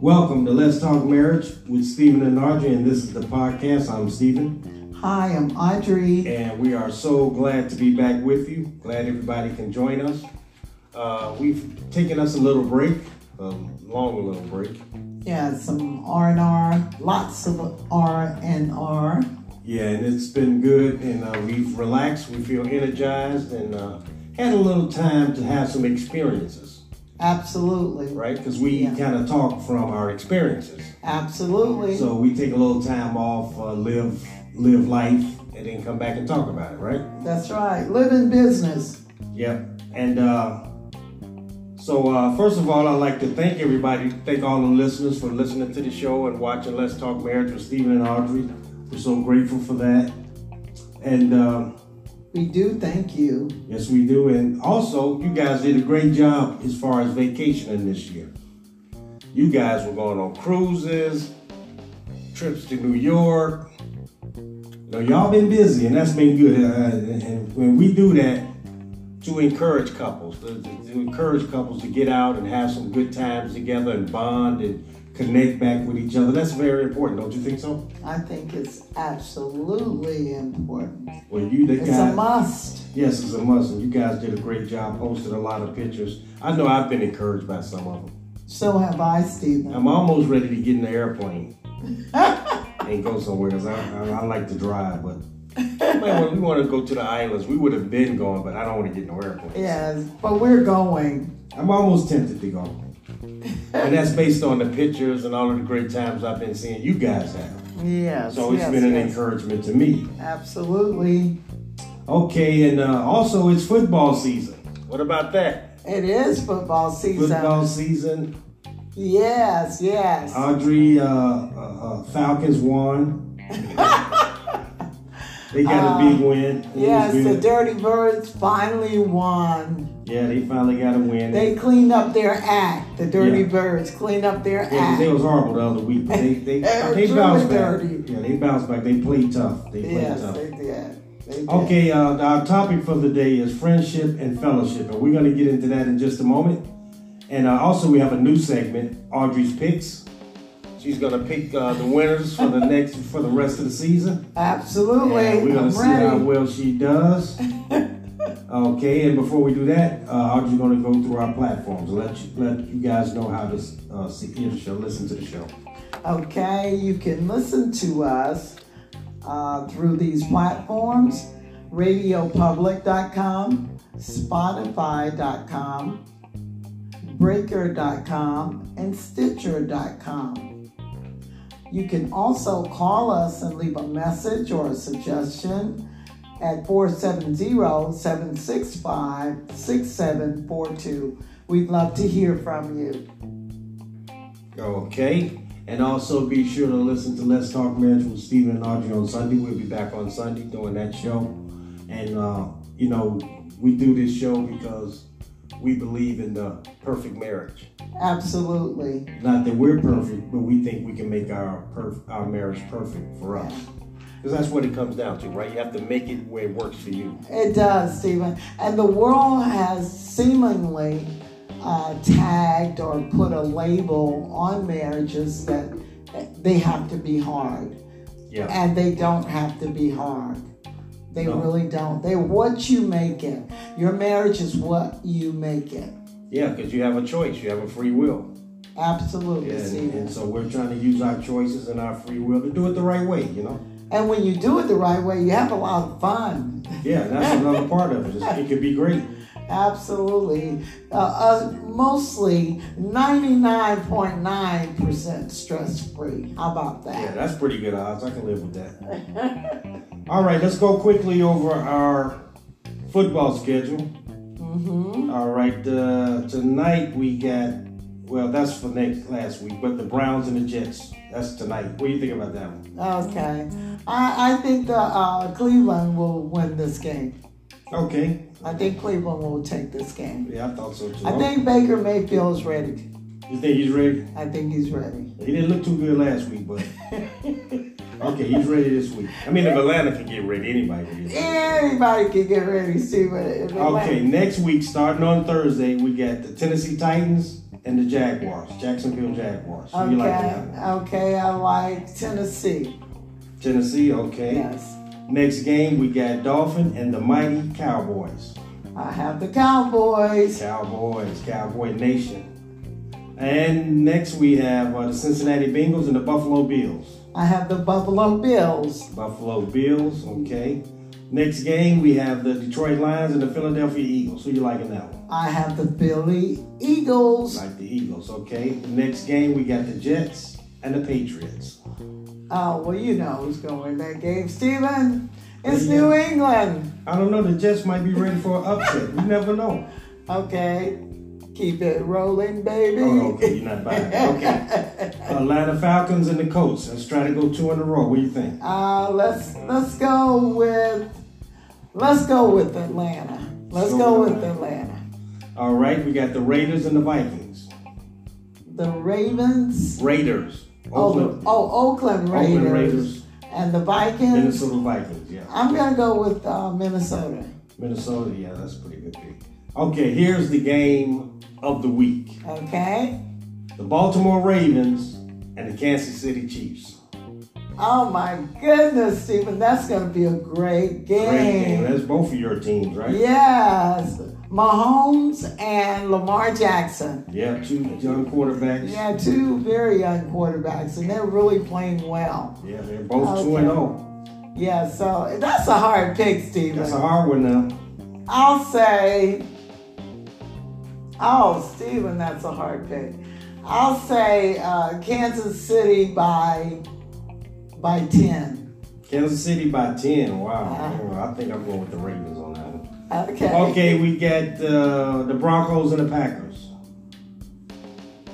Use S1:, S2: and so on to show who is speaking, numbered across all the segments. S1: Welcome to Let's Talk Marriage with Stephen and Audrey, and this is the podcast. I'm Stephen,
S2: Hi, I'm Audrey.
S1: and we are so glad to be back with you. Glad everybody can join us. Uh, we've taken us a little break, a long little break.
S2: Yeah, some R and R, lots of R and R.
S1: Yeah, and it's been good, and uh, we've relaxed, we feel energized, and uh, had a little time to have some experiences,
S2: Absolutely,
S1: right? Because we
S2: Yeah.
S1: kind of talk from our experiences.
S2: absolutely.
S1: So we take a little time off, uh, live live life, and then come back and talk about it, right?
S2: That's right. Live in business.
S1: Yep. And uh, so, uh, first of all, I'd like to thank everybody, thank all the listeners for listening to the show and watching Let's Talk Marriage with Stephen and Audrey. We're so grateful for that. And uh,
S2: We do thank you.
S1: yes, we do. And also, you guys did a great job as far as vacationing this year. You guys were going on cruises, trips to New York. You know, y'all been busy, and that's been good. Uh, and when we do that, to encourage couples, to, to- to encourage couples to get out and have some good times together and bond and connect back with each other, that's very important, don't you think so?
S2: I think it's absolutely important.
S1: Well, you the
S2: It's
S1: guys.
S2: a must.
S1: Yes, it's a must, and you guys did a great job. Posted a lot of pictures. I know I've been encouraged by some of them.
S2: So have I, Stephen.
S1: I'm almost ready to get in the airplane and go somewhere because I, I, I like to drive, but man, when we want to go to the islands, we would have been going, but I don't want to get in the airplane.
S2: Yes, but we're going.
S1: I'm almost tempted to go, and that's based on the pictures and all of the great times I've been seeing you guys have.
S2: Yes.
S1: So it's
S2: yes,
S1: been an
S2: yes.
S1: encouragement to me.
S2: Absolutely.
S1: Okay, and uh, also it's football season. What about that?
S2: It is football season.
S1: Football season.
S2: Yes, yes.
S1: Audrey uh, uh, uh, Falcons won. they got a big win. It was
S2: Um, yes, the
S1: good.
S2: Dirty Birds finally won.
S1: yeah, they finally got a win.
S2: They cleaned up their act. The Dirty
S1: Yeah.
S2: Birds cleaned up their
S1: Yeah,
S2: act.
S1: they was horrible the other week. They they,
S2: They were
S1: they
S2: true
S1: bounced
S2: and
S1: back.
S2: dirty.
S1: Yeah, they bounced back. They played tough. They played
S2: yes,
S1: tough.
S2: they did. They did.
S1: Okay, uh, our topic for the day is friendship and fellowship, and we're going to get into that in just a moment. And uh, also, we have a new segment, Audrey's picks. She's going to pick uh, the winners for the next for the rest of the season.
S2: Absolutely.
S1: And we're gonna
S2: I'm
S1: see
S2: ready.
S1: how well she does. okay, and before we do that, uh, Audrey's gonna go through our platforms and let you let you guys know how to uh, see hear the show, listen to the show.
S2: Okay, you can listen to us uh, through these platforms radiopublic.com, spotify.com, breaker.com, and stitcher.com. You can also call us and leave a message or a suggestion at 470 765 6742. We'd love to hear from you.
S1: Okay, and also be sure to listen to Let's Talk Marriage with Stephen and Audrey on Sunday. We'll be back on Sunday doing that show, and uh, you know we do this show because we believe in the perfect marriage.
S2: Absolutely.
S1: Not that we're perfect, but we think we can make our perf- our marriage perfect for us. Because that's what it comes down to, right? You have to make it where it works for you.
S2: It does, Stephen. And the world has seemingly uh, tagged or put a label on marriages that they have to be hard.
S1: Yeah.
S2: And they don't have to be hard. They
S1: No.
S2: really don't. They're what you make it. Your marriage is what you make it.
S1: Yeah, because you have a choice. You have a free will.
S2: Absolutely,
S1: And,
S2: Stephen.
S1: and so we're trying to use our choices and our free will to do it the right way, you know?
S2: And when you do it the right way, you have a lot of fun.
S1: Yeah, and that's another part of it. It's- It could be great.
S2: Absolutely. Uh, uh, mostly 99.9% stress free. How about
S1: Yeah,
S2: that?
S1: that's pretty good odds. I can live with that. All right, let's go quickly over our football schedule.
S2: Mm-hmm.
S1: All right, uh, tonight we got, well, that's for next last week, but the Browns and the Jets. That's tonight. What do you think about that one?
S2: Okay. I, I think the uh, Cleveland will win this game.
S1: Okay.
S2: I think Cleveland will take this game.
S1: Yeah, I thought so too.
S2: I think Baker Mayfield's ready.
S1: you think he's ready?
S2: I think he's ready.
S1: He didn't look too good last week, but Okay, he's ready this week. I mean, if Atlanta can get ready, anybody can get ready.
S2: Anybody can get ready, see what it
S1: Okay, next week, starting on Thursday, we got the Tennessee Titans and the Jaguars, Jacksonville Jaguars. Who you like for that
S2: Okay,
S1: one?
S2: okay, I like Tennessee.
S1: Tennessee, okay.
S2: Yes,
S1: Next game, we got Dolphin and the mighty Cowboys.
S2: I have the Cowboys.
S1: Cowboys, Cowboy Nation. And next, we have uh, the Cincinnati Bengals and the Buffalo Bills.
S2: I have the Buffalo Bills.
S1: Buffalo Bills, okay. Next game, we have the Detroit Lions and the Philadelphia Eagles. Who you liking that one?
S2: I have the Billy Eagles.
S1: Like the Eagles, okay. Next game, we got the Jets and the Patriots.
S2: Oh, well, you know who's going to win that game, Steven. It's
S1: Yeah.
S2: New England.
S1: I don't know, the Jets might be ready for an upset. You never know.
S2: Okay, keep it rolling, baby.
S1: Oh, okay, you're not buying it. Okay. Atlanta Falcons and the Colts. Let's try to go two in a row. What do you think?
S2: Uh, let's let's go with let's go with Atlanta. Let's
S1: Go
S2: go
S1: with
S2: with
S1: Atlanta.
S2: Atlanta.
S1: All right, we got the Raiders and the Vikings.
S2: The Ravens.
S1: Raiders.
S2: Oh, the- oh, Oakland Raiders.
S1: Oakland Raiders.
S2: And the Vikings.
S1: Minnesota Vikings, yeah.
S2: I'm gonna go with uh, Minnesota.
S1: Minnesota, yeah, that's a pretty good pick. Okay, here's the game of the week.
S2: Okay.
S1: The Baltimore Ravens and the Kansas City Chiefs.
S2: Oh my goodness, Stephen, that's gonna be a great game.
S1: Great game. That's both of your teams, right?
S2: Yes, Mahomes and Lamar Jackson.
S1: Yeah, two young quarterbacks.
S2: Yeah, two very young quarterbacks, and they're really playing well.
S1: Yeah, they're both
S2: Okay.
S1: 2 and oh. 0.
S2: Yeah, so that's a hard pick, Stephen.
S1: That's a hard one now.
S2: I'll say, oh, Steven, that's a hard pick. I'll say uh, Kansas City by by ten.
S1: Kansas City by 10. Wow. Oh, I think I'm going with the Ravens on that one.
S2: Okay.
S1: Okay, we got uh, the Broncos and the Packers.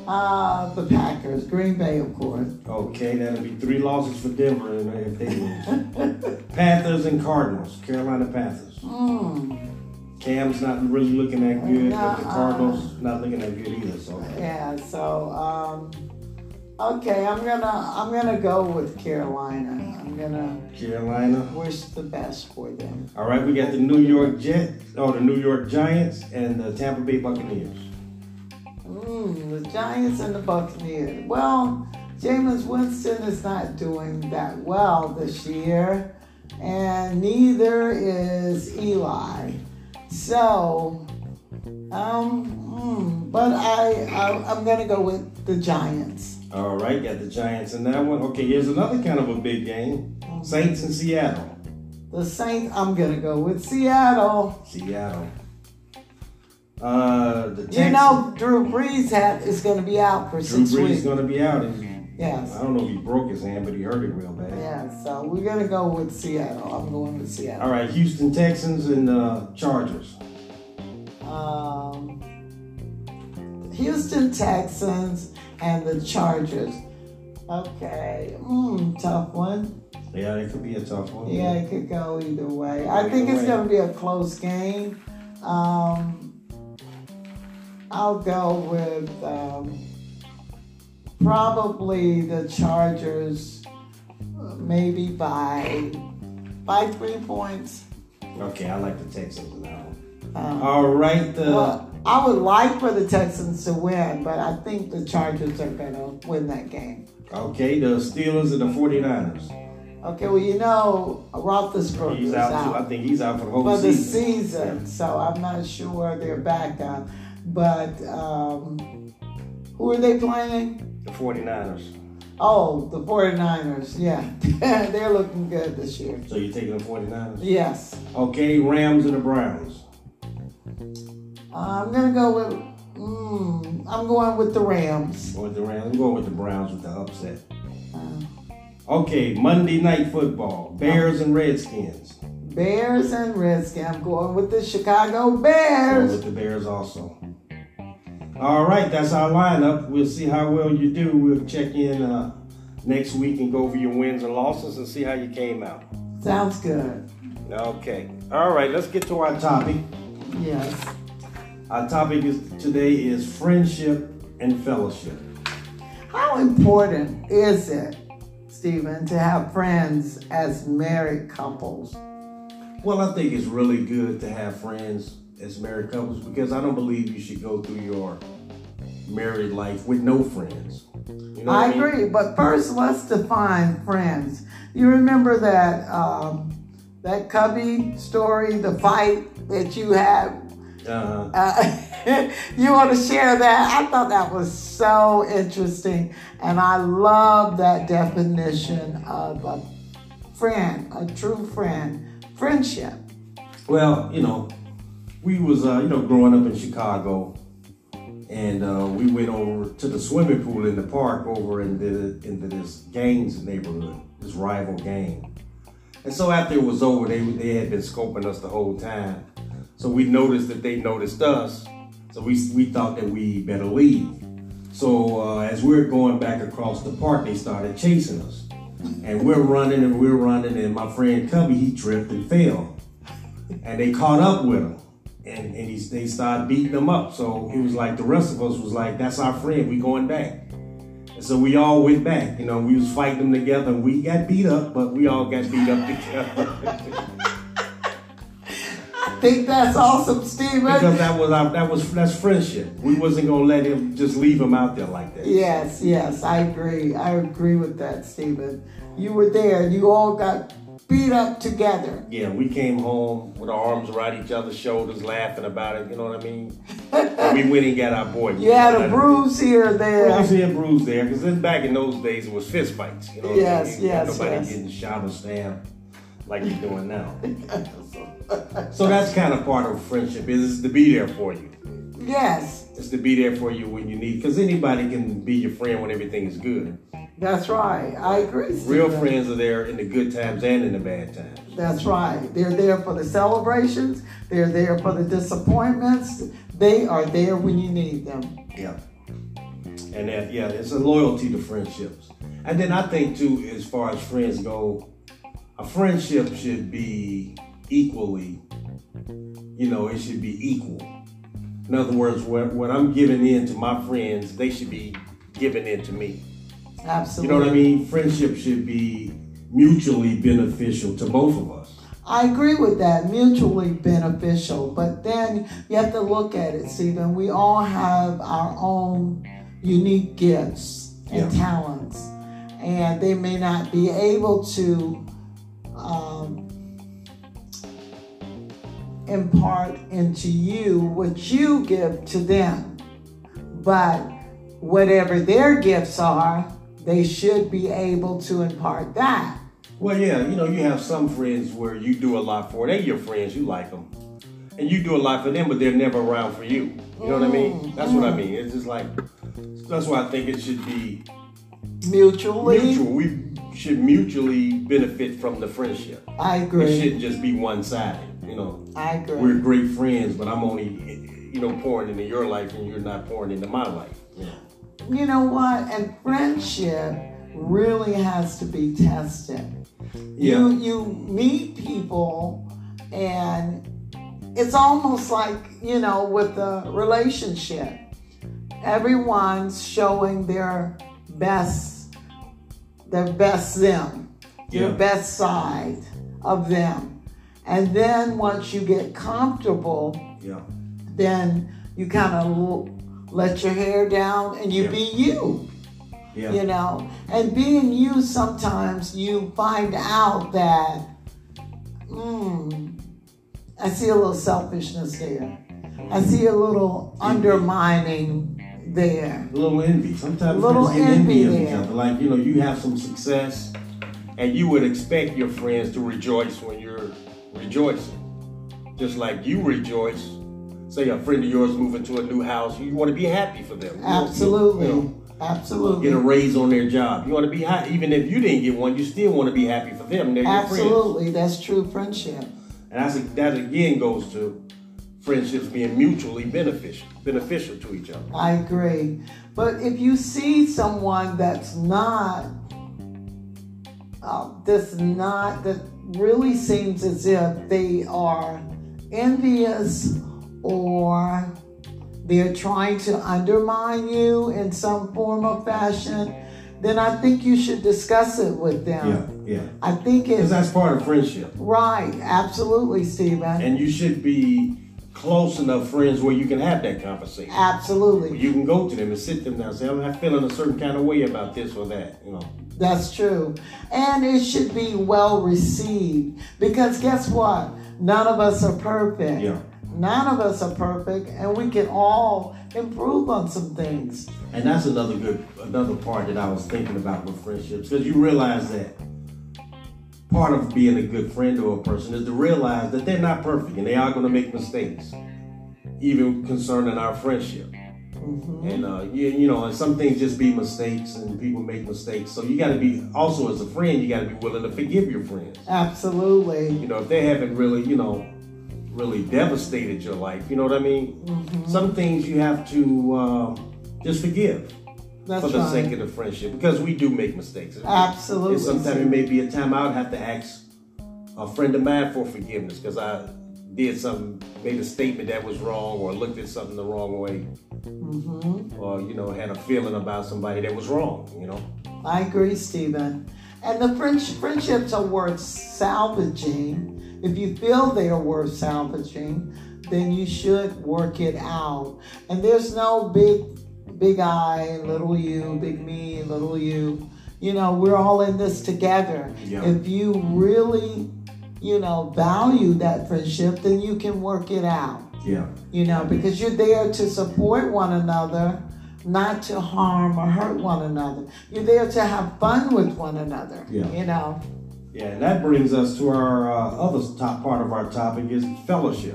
S2: Uh, the Packers, Green Bay, of course.
S1: Okay, that'll be three losses for Denver and if they lose. Panthers and Cardinals, Carolina Panthers.
S2: Mm,
S1: Cam's not really looking that good, but the
S2: Nuh-uh.
S1: Cardinals not looking that good either. So
S2: yeah. So, um, okay, I'm gonna I'm gonna go with Carolina. I'm gonna
S1: Carolina.
S2: wish the best for them.
S1: All right, we got the New York Jets, oh the New York Giants, and the Tampa Bay Buccaneers.
S2: Mm, the Giants and the Buccaneers. Well, Jameis Winston is not doing that well this year, and neither is Eli. So, um, mm, but I, I I'm gonna go with the Giants.
S1: All right, got the Giants in that one. Okay, here's another kind of a big game: Saints and Seattle.
S2: The Saints. I'm gonna go with Seattle.
S1: Seattle. Uh, the Texans.
S2: You know, Drew Brees hat is gonna be out for
S1: Drew Brees
S2: six
S1: is
S2: weeks.
S1: going to be out. And I
S2: Yes.
S1: don't know if he broke his hand, but he hurt it real bad.
S2: Yeah. So we're gonna go with Seattle. I'm going with Seattle.
S1: All right, Houston Texans and uh, Chargers.
S2: um, Houston Texans and the Chargers. Okay, mm, tough one.
S1: Yeah, that could be a tough one.
S2: Yeah, it could go either way. I think
S1: Either
S2: it's
S1: way.
S2: going to be a close game. Um, I'll go with um, probably the Chargers, uh, maybe by by three points.
S1: Okay, I like the Texans in that one.
S2: Um,
S1: All right, uh, the
S2: Well, I would like for the Texans to win, but I think the Chargers are going to win that game.
S1: okay, the Steelers and the 49ers.
S2: Okay, well, you know, Roethlisberger
S1: He's
S2: is
S1: out, too.
S2: out
S1: I think he's out for the whole
S2: for the
S1: season.
S2: season, so I'm not sure they're back up. But um, who are they playing?
S1: The 49ers.
S2: Oh, the 49ers. Yeah, they're looking good this year.
S1: So you're taking the 49ers?
S2: Yes,
S1: Okay, Rams and the Browns.
S2: Uh, I'm going to go with, mm, I'm going with the Rams.
S1: Going with the Rams. I'm going with the Browns with the upset.
S2: Uh,
S1: Okay, Monday Night Football. Bears and Redskins.
S2: Bears and Redskins. I'm going with the Chicago
S1: Go
S2: Bears.
S1: with the Bears also. All right, that's our lineup. We'll see how well you do. We'll check in uh, next week and go over your wins and losses and see how you came out.
S2: Sounds good.
S1: Okay. All right, let's get to our topic.
S2: Yes.
S1: Our topic is today is friendship and fellowship.
S2: How important is it Stephen, to have friends as married couples?
S1: Well, I think it's really good to have friends as married couples because I don't believe you should go through your married life with no friends. You know what
S2: I
S1: mean?
S2: agree, but first let's define friends. You remember that um, that Cubby story, the fight that you had
S1: Uh,
S2: Uh, you want to share that? I thought that was so interesting, and I love that definition of a friend, a true friend, friendship.
S1: Well, you know, we was uh, you know growing up in Chicago, and uh, we went over to the swimming pool in the park over in the into this gang's neighborhood, this rival gang. And so after it was over, they they had been scoping us the whole time, so we noticed that they noticed us. So we we thought that we better leave. So uh, as we we're going back across the park, they started chasing us, and we're running and we're running, and my friend Cubby he tripped and fell and they caught up with him and, and he, they started beating him up so it was like the rest of us was like that's our friend we going back and so we all went back you know we was fighting them together and we got beat up but we all got beat up together
S2: I think that's awesome, Stephen.
S1: because that was our that was that's friendship we wasn't gonna let him just leave him out there like that
S2: Yes, yes, I agree. I agree with that, Stephen. You were there, and you all got beat up together.
S1: yeah we came home with our arms around each other's shoulders laughing about it you know what i mean and we went and got our boy
S2: You had a bruise here, or
S1: Yeah.
S2: there.
S1: see a bruise there, because then back in those days it was fist fights. You know,
S2: Yes,
S1: what I mean?
S2: yes,
S1: nobody
S2: yes.
S1: getting shot or stabbed like you're doing now. so that's kind of part of friendship is it's to be there for you.
S2: Yes,
S1: It's to be there for you when you need, because anybody can be your friend when everything is good.
S2: that's right. I agree.
S1: Real
S2: Stephen.
S1: friends are there in the good times and in the bad times.
S2: That's right. They're there for the celebrations. They're there for the disappointments. They are there when you need them.
S1: Yeah. And that, yeah, it's a loyalty to friendships. And then I think too, as far as friends go, a friendship should be equally, you know, it should be equal. In other words, what, what I'm giving in to my friends, they should be giving in to me. You
S2: Absolutely.
S1: know what I mean? Friendship should be mutually beneficial to both of us.
S2: I agree with that, mutually beneficial. But then you have to look at it, Stephen. We all have our own unique gifts and
S1: Yeah.
S2: talents, and they may not be able to um, impart into you what you give to them. But whatever their gifts are, they should be able to impart that.
S1: Well, yeah, you know, you have some friends where you do a lot for. They your friends, you like them, and you do a lot for them, but they're never around for you. You know what I mean? That's what I mean. It's just like that's why I think it should be
S2: Mutually,
S1: mutual. We should mutually benefit from the friendship.
S2: I
S1: It
S2: agree.
S1: shouldn't just be one sided. You know,
S2: I agree.
S1: we're great friends, but I'm only you know pouring into your life, and you're not pouring into my life. you know?
S2: you know what? And friendship really has to be tested.
S1: Yeah.
S2: You you meet people and it's almost like, you know, with a relationship. Everyone's showing their best their best them, their
S1: Yeah.
S2: best side of them. And then once you get comfortable,
S1: Yeah.
S2: then you kind of let your hair down and you
S1: Yeah.
S2: be you, you
S1: Yeah.
S2: know. And being you, sometimes you find out that, mm, I see a little selfishness there. I see a little undermining there.
S1: A little envy. Sometimes
S2: Little
S1: friends get envy of
S2: envy
S1: each
S2: there.
S1: other. Like, you know, you have some success and you would expect your friends to rejoice when you're rejoicing. Just like you rejoice. Say a friend of yours moving to a new house, you want to be happy for them. You want-
S2: Absolutely.
S1: you know, Get a
S2: Absolutely.
S1: raise on their job. You want to be happy. Even if you didn't get one, you still want to be happy for them. They're your friends.
S2: Absolutely. That's true friendship.
S1: And that's, that again goes to friendships being mutually beneficial, beneficial to each other.
S2: I agree. But if you see someone that's not, uh, that's not, that really seems as if they are envious or they're trying to undermine you in some form or fashion, then I think you should discuss it with
S1: Yeah,
S2: them.
S1: yeah.
S2: I think
S1: Because
S2: it's
S1: that's part of friendship.
S2: right, absolutely, Stephen.
S1: And you should be close enough friends where you can have that conversation. Where
S2: Absolutely,
S1: you can go to them and sit them down and say, I'm not feeling a certain kind of way about this or that, you know.
S2: that's true. And it should be well received because guess what? None of us are perfect.
S1: Yeah.
S2: None of us are perfect, and we can all improve on some things.
S1: And that's another good, another part that I was thinking about with friendships, because you realize that part of being a good friend or a person is to realize that they're not perfect and they are going to make mistakes, even concerning our friendship. And uh, you, you know, and some things just be mistakes, and people make mistakes. So you got to be also as a friend, you got to be willing to forgive your friends.
S2: Absolutely.
S1: You know, if they haven't really, you know, really devastated your life, you know what I mean.
S2: Mm-hmm.
S1: Some things you have to um, just forgive
S2: That's
S1: for the
S2: right.
S1: sake of the friendship because we do make mistakes.
S2: Absolutely.
S1: And sometimes it may be a time I would have to ask a friend of mine for forgiveness because I did something, made a statement that was wrong, or looked at something the wrong way,
S2: Mm-hmm.
S1: or you know, had a feeling about somebody that was wrong. You know,
S2: I agree, Stephen. And the French friendships are worth salvaging. If you feel they are worth salvaging, then you should work it out. And there's no big, big I, little you, big me, little you. You know, we're all in this together.
S1: Yeah.
S2: If you really, you know, value that friendship, then you can work it out
S1: yeah,
S2: you know, because you're there to support one another, not to harm or hurt one another. You're there to have fun with one another,
S1: Yeah.
S2: you know.
S1: yeah. And that brings us to our uh, other top part of our topic is fellowship.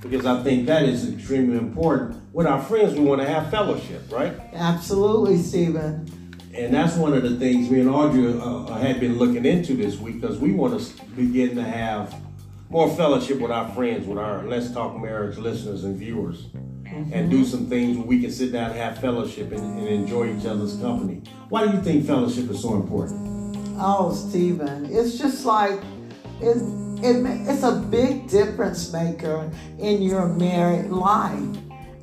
S1: Because I think that is extremely important. With our friends, we want to have fellowship, right?
S2: Absolutely, Stephen.
S1: And that's one of the things me and Audrey uh, had been looking into this week because we want to begin to have more fellowship with our friends, with our Let's Talk Marriage listeners and viewers, and do some things where we can sit down and have fellowship and, and enjoy each other's company. Why do you think fellowship is so important?
S2: Oh, Stephen, it's just like it, it, ma- it's a big difference maker in your married life.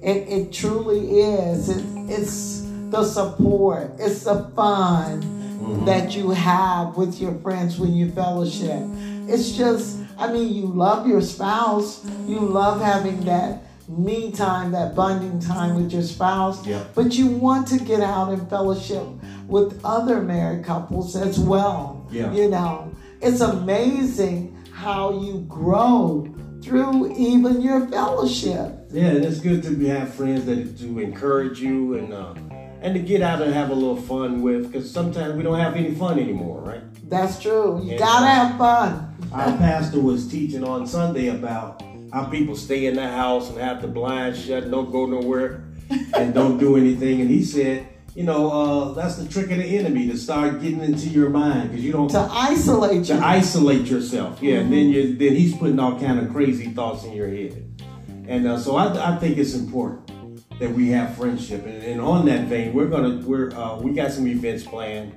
S2: It, it truly is. It, it's the support, it's the fun that you have with your friends when you fellowship. It's just, I mean, you love your spouse, you love having that me time, that bonding time with your spouse,
S1: Yeah.
S2: but you want to get out and fellowship with other married couples as well.
S1: Yeah.
S2: You know, it's amazing how you grow through even your fellowship.
S1: Yeah, and it's good to be, have friends that to encourage you and uh, and to get out and have a little fun with because sometimes we don't have any fun anymore, right?
S2: That's true. You
S1: Yeah.
S2: gotta have fun.
S1: Our pastor was teaching on Sunday about how people stay in the house and have the blinds shut, don't go nowhere, and don't do anything. And he said, you know, uh, that's the trick of the enemy to start getting into your mind because you don't
S2: To isolate
S1: to
S2: you.
S1: isolate yourself. Yeah, and then you then he's putting all kind of crazy thoughts in your head. And uh, so I, I think it's important that we have friendship. And, and on that vein, we're gonna we're uh, we got some events planned,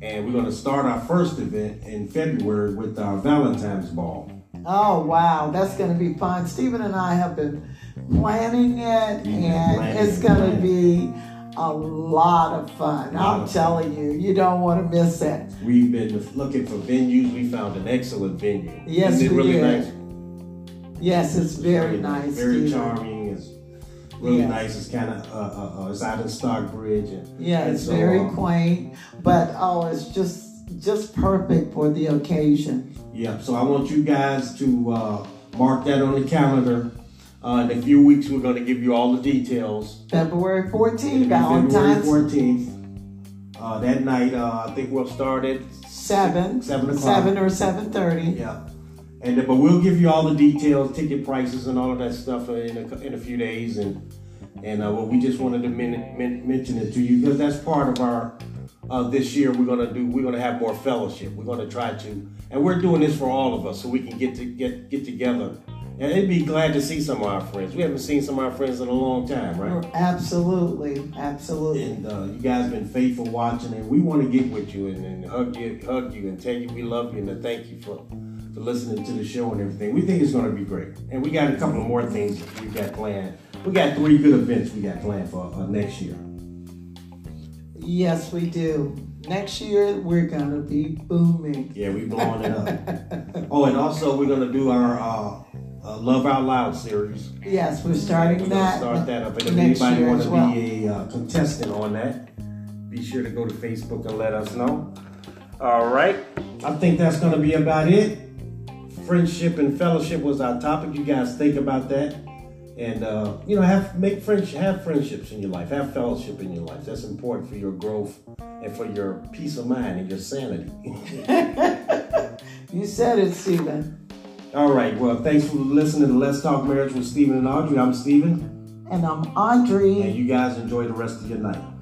S1: and we're gonna start our first event in February with our Valentine's Ball.
S2: Oh wow, that's gonna be fun. Stephen and I have been planning it,
S1: been
S2: and
S1: planning
S2: it's
S1: it,
S2: gonna
S1: planning.
S2: be a lot of fun.
S1: Lot
S2: I'm
S1: of fun.
S2: telling you, you don't want to miss it.
S1: We've been looking for venues. We found an excellent venue.
S2: Yes,
S1: Isn't it
S2: we
S1: really
S2: did.
S1: nice?
S2: Yes, it's very nice.
S1: Very
S2: Stephen.
S1: charming. It's really
S2: Yes.
S1: nice. It's kind of uh, uh, uh, it's out in Stockbridge. And,
S2: Yeah,
S1: and
S2: it's
S1: so,
S2: very
S1: uh,
S2: quaint, but oh, it's just just perfect for the occasion.
S1: Yep. So I want you guys to uh, mark that on the calendar. Uh, in a few weeks, we're going to give you all the details.
S2: February
S1: It'll
S2: 14th,
S1: be February
S2: Valentine's
S1: 14th. Uh, that night, uh, I think we'll start at
S2: seven,
S1: Seven o'clock.
S2: seven or seven thirty.
S1: Yeah. And then- but we'll give you all the details, ticket prices, and all of that stuff in a, in a few days. And and uh, well, we just wanted to men, men, mention it to you because that's part of our uh, this year. We're gonna do. We're gonna have more fellowship. We're gonna try to, and we're doing this for all of us so we can get to get get together. And it'd be glad to see some of our friends. We haven't seen some of our friends in a long time, right?
S2: Absolutely, absolutely.
S1: And uh, you guys been faithful watching, and we want to get with you and, and hug you, hug you, and tell you we love you and to thank you for for listening to the show and everything. We think it's going to be great, and we got a couple of more things we got planned. We got three good events we got planned for uh, next year.
S2: Yes, we do. Next year, we're going to be booming.
S1: Yeah, we blowing it up. oh, and also we're gonna do our uh, uh, Love Out Loud series.
S2: Yes, we're
S1: We're
S2: starting
S1: gonna
S2: that.
S1: start that up. And if
S2: next
S1: anybody
S2: year
S1: want
S2: as
S1: to
S2: well.
S1: be a uh, contestant on that, be sure to go to Facebook and let us know. All right. I think that's gonna be about it. Friendship and fellowship was our topic. You guys think about that, and uh, you know, have make friendship, have friendships in your life, have fellowship in your life. That's important for your growth and for your peace of mind and your sanity.
S2: You said it, Stephen.
S1: All right. Well, thanks for listening to Let's Talk Marriage with Stephen and Audrey. I'm Stephen,
S2: And I'm Audrey.
S1: and you guys enjoy the rest of your night.